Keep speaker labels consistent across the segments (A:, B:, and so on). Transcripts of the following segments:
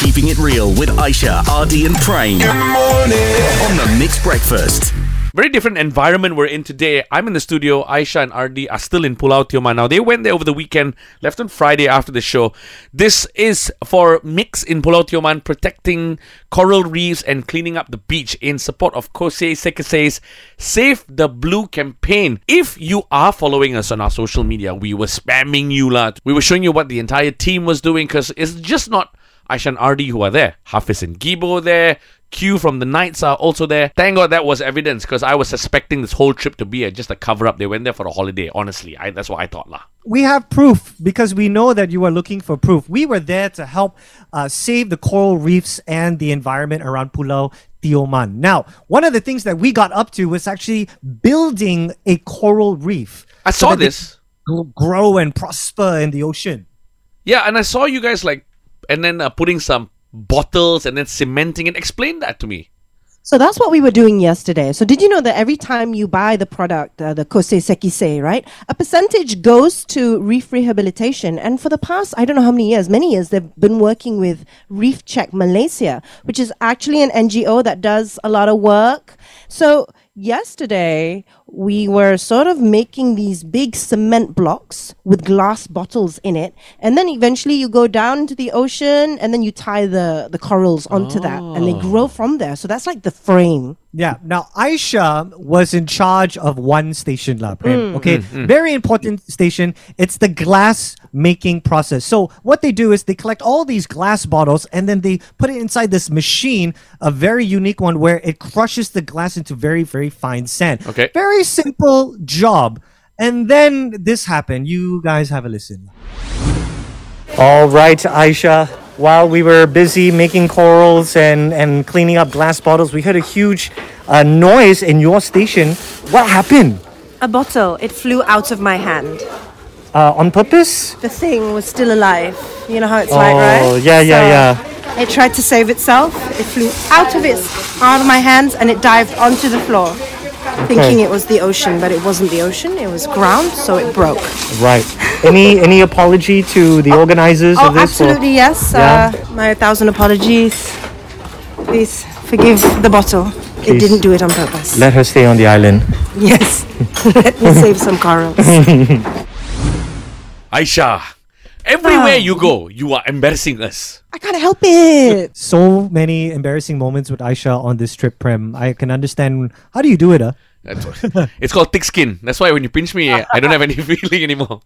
A: Keeping It Real with Aisha, Ardy, and Prane on the Mixed Breakfast.
B: Very different environment we're in today. I'm in the studio. Aisha and Ardi are still in Pulau Tioma now. They went there over the weekend, left on Friday after the show. This is for Mix in Pulau Tioman, protecting coral reefs and cleaning up the beach in support of Kosei Sekese's Save the Blue campaign. If you are following us on our social media, we were spamming you lot. We were showing you what the entire team was doing because it's just not Aishan RD who are there. Hafiz and Gibo there. Q from the Knights are also there. Thank God that was evidence because I was suspecting this whole trip to be a, just a cover up. They went there for a holiday, honestly. I, that's what I thought. lah.
C: we have proof because we know that you are looking for proof. We were there to help uh, save the coral reefs and the environment around Pulau Tioman. Now, one of the things that we got up to was actually building a coral reef.
B: I
C: so
B: saw
C: that they
B: this.
C: gl- grow and prosper in the ocean.
B: Yeah, and I saw you guys like, and then uh, putting some bottles and then cementing it. Explain that to me.
D: So that's what we were doing yesterday. So did you know that every time you buy the product, uh, the Kose Sekisei, right, a percentage goes to reef rehabilitation. And for the past, I don't know how many years, many years, they've been working with Reef Check Malaysia, which is actually an NGO that does a lot of work. So yesterday we were sort of making these big cement blocks with glass bottles in it and then eventually you go down to the ocean and then you tie the the corals onto that and they grow from there so that's like the frame
C: Yeah. Now Aisha was in charge of one station lab. Okay. Very important station. It's the glass making process. So what they do is they collect all these glass bottles and then they put it inside this machine, a very unique one where it crushes the glass into very, very fine sand.
B: Okay.
C: Very simple job. And then this happened. You guys have a listen. All right, Aisha. While we were busy making corals and, and cleaning up glass bottles, we heard a huge uh, noise in your station. What happened?
E: A bottle. It flew out of my hand.
C: Uh, on purpose?
E: The thing was still alive. You know how it's
C: Oh,
E: like, right?
C: yeah, yeah, yeah.
E: It tried to save itself. It flew out of its out of my hands and it dived onto the floor, thinking it was the ocean, but it wasn't the ocean. It was ground, so it broke. Oh,
C: Right. Any any apology to the organizers
E: Oh,
C: of this? for-
E: absolutely yes.
C: Yeah.
E: Uh, my thousand apologies. Please forgive the bottle.
C: Please.
E: It didn't do it on purpose.
C: Let her stay on the island.
E: yes. Let me save some corals.
B: Aisha, everywhere
C: Ah.
B: you go, you are embarrassing us.
D: i can't help it
C: So many embarrassing moments with Aisha on this trip, Prem. I can understand. How do you do it, huh?
B: That's what, it's called thick skin. That's why when you pinch me, I don't have any feeling anymore.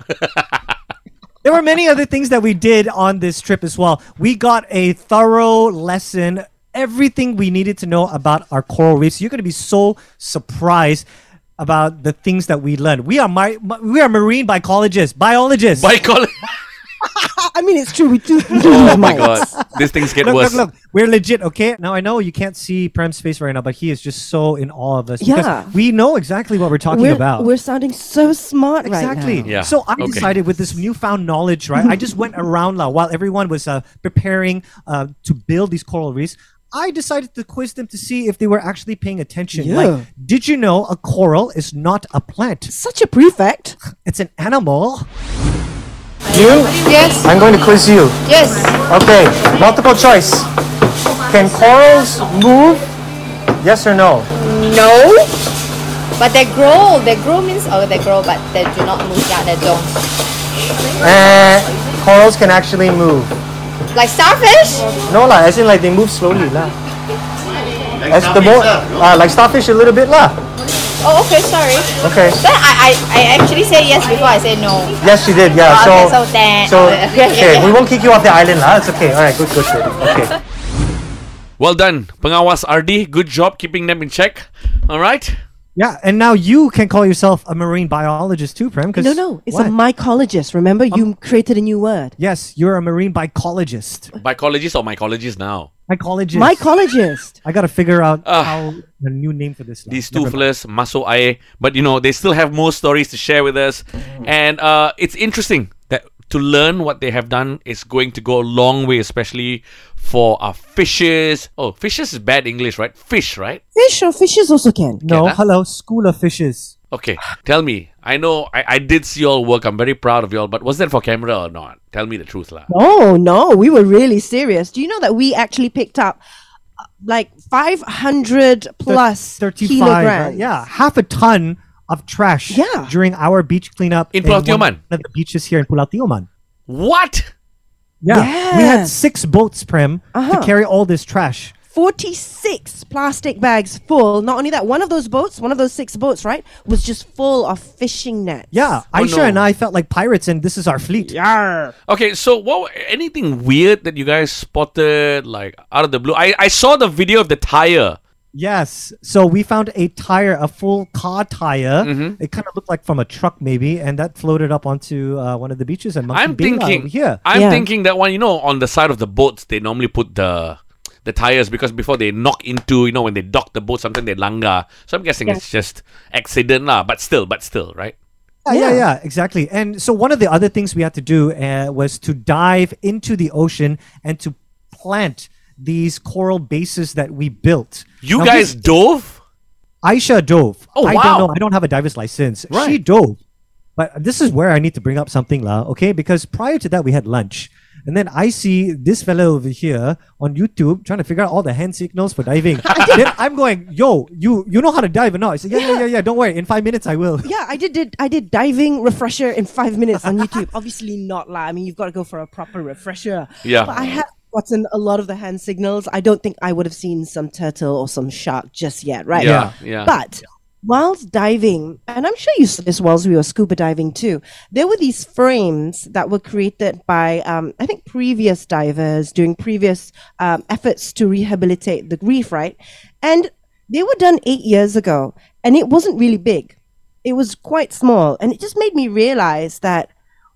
C: There were many other things that we did on this trip as well. We got a thorough lesson, everything we needed to know about our coral reefs. You're going to be so surprised about the things that we learned. We are my, we are marine biologists, biologists.
B: By call.
D: i mean it's true we do, we do
B: Oh
D: lose
B: my
D: mics.
B: god, these things get
C: look,
B: worse.
C: look, look. We're legit, okay? Now I know you can't see Prem's face right now, but he is just so in awe of us
D: Yeah.
C: because we know exactly what we're talking
D: we're,
C: about.
D: we're sounding so smart
C: Exactly.
D: right now.
B: Yeah,
C: So I
B: okay.
C: decided with this newfound knowledge, right? I just went around lah, while everyone was uh, preparing uh, to build these coral reefs. I decided to quiz them to see if they were actually paying attention. Like, did you know a coral is not a plant?
D: such a prefect
C: It's an animal.
F: You?
G: Yes,
F: I'm going to quiz you.
G: yes.
F: Okay, multiple choice. Can corals move? Yes or no?
G: No. But they grow. They grow means oh they grow, but they do not move. Yeah, they don't.
F: Eh, corals can actually move.
G: Like starfish.
F: No lah, as in like they move slowly lah. As the more, uh, like starfish a little bit lah.
G: Oh, okay, sorry.
F: Okay.
G: But I, I, I actually say yes before I say no.
F: Yes, she did. Yeah.
G: Oh,
F: so,
G: okay, so then- oh,
F: so
G: okay,
F: okay,
G: yeah.
F: we won't kick you off the island lah. It's okay. All right, good, good, good. Okay.
B: Well done, Pengawas RD. Good job keeping them in check. All right.
C: Yeah, and now you can call yourself a marine biologist too, Prem. 'cause-
D: no no it's
C: What?
D: a mycologist remember you created a new word
C: Yes, you're a marine biologist.
B: Mycologist or mycologist now?
C: Mycologist.
D: mycologist
C: I gotta figure out
B: Ah.
C: how a new name for this. lah.
B: These two
C: Never mind.
B: fellas, Maso Aye. But you know, they still have more stories to share with us. And uh, it's interesting that to learn what they have done is going to go a long way, especially for our fishes. Oh, fishes is bad English, right? Fish, right?
D: fish or fishes also can
C: No,
B: Okay, nah.
C: hello, school of fishes.
B: Okay, tell me. I know I, I did see y'all work. I'm very proud of y'all, but was that for camera or not? Tell me the truth, lah.
D: Oh no, we were really serious. Do you know that we actually picked up uh, like 500 plus
C: 35
D: kilograms?
C: right? yeah half a ton of trash
D: Yeah.
C: during our beach cleanup
B: In
C: one
B: Pulautioman.
C: of the beaches here in Pulautioman
B: What?
C: yeah we had
D: Yes. Uh-huh.
C: six boats prem to carry all this trash
D: 46 plastic bags full. Not only that, one of those boats, one of those six boats, right, was just full of fishing nets.
C: yeah
B: Oh,
C: Aisha
B: no.
C: and I felt like pirates and this is our fleet
B: Okay, so what? Anything weird that you guys spotted, like out of the blue? I, I saw the video of the tire.
C: Yes. So we found a tire, a full car tire.
B: Mm-hmm.
C: It kind of looked like from a truck, maybe, and that floated up onto uh, one of the beaches in Monkey
B: I'm
C: Bay Island
B: thinking.
C: over here.
B: I'm
D: Yeah.
B: thinking that one. You know, on the side of the boats, they normally put the the tires because before they knock into, you know, when they dock the boat, sometimes they langa. So I'm guessing it's just accident lah. But still, but still, right?
C: yeah, yeah, yeah, exactly. And so one of the other things we had to do uh, was to dive into the ocean and to plant these coral bases that we built.
B: You
C: Now,
B: guys
C: this-
B: dove.
C: Aisha dove.
B: Oh,
C: I
B: wow.
C: don't know. I don't have a diver's license.
B: Right.
C: She dove. But this is where I need to bring up something, La, okay? Because prior to that, we had lunch. And then I see this fellow over here on YouTube trying to figure out all the hand signals for diving. then I'm going, yo, you you know how to dive or not? I said, yeah, yeah, yeah, yeah, don't worry. In five minutes, I will.
D: Yeah, I did, did I did diving refresher in five minutes on YouTube. Obviously not lah. I mean, you've got to go for a proper refresher.
B: Yeah.
D: But I have gotten a lot of the hand signals. I don't think I would have seen some turtle or some shark just yet, right?
B: Yeah, Yeah. yeah.
D: But whilst diving, and I'm sure you saw this whilst we were scuba diving too, there were these frames that were created by, um, I think, previous divers doing previous um, efforts to rehabilitate the reef, right? And they were done eight years ago, and it wasn't really big. It was quite small, and it just made me realize that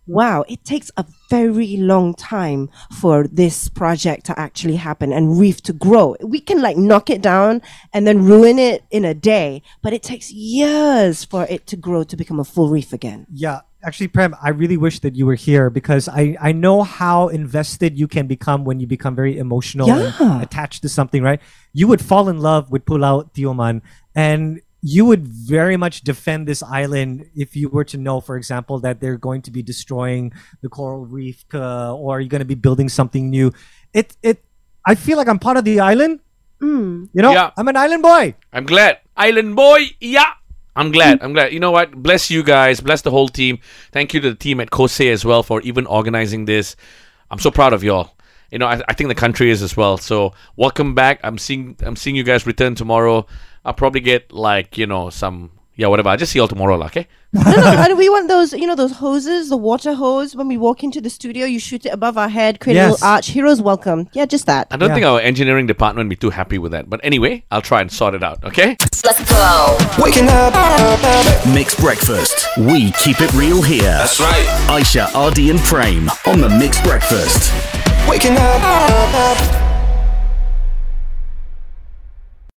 D: wow, it takes a very long time for this project to actually happen and Reef to grow. We can like knock it down and then ruin it in a day, but it takes years for it to grow to become a full reef again.
C: Yeah. Actually, Prem, I really wish that you were here because I, I know how invested you can become when you become very emotional
D: Yeah.
C: and attached to something, right? You would fall in love with Pulau Tioman and you would very much defend this island if you were to know, for example, that they're going to be destroying the coral reef uh, or you're going to be building something new. It, it, I feel like I'm part of the island. You know,
B: Yeah.
C: I'm an island boy.
B: I'm glad. Island boy, yeah. I'm glad. I'm glad. You know what? Bless you guys. Bless the whole team. Thank you to the team at Kose as well for even organizing this. I'm so proud of y'all. You know, I, I think the country is as well. So welcome back. I'm seeing I'm seeing you guys return tomorrow. I'll probably get like, you know, some yeah, whatever. I'll just see y'all tomorrow, lah, okay?
D: no, no, and we want those, you know, those hoses, the water hose. When we walk into the studio, you shoot it above our head, create a
C: Yes.
D: little arch. Heroes welcome. Yeah, just that.
B: I don't think our engineering department would be too happy with that. But anyway, I'll try and sort it out, okay?
H: Let's go.
F: Waking up.
A: Mixed Breakfast. We keep it real here. That's right. Aisha, RD, and Prame on the Mixed Breakfast.
F: Waking up.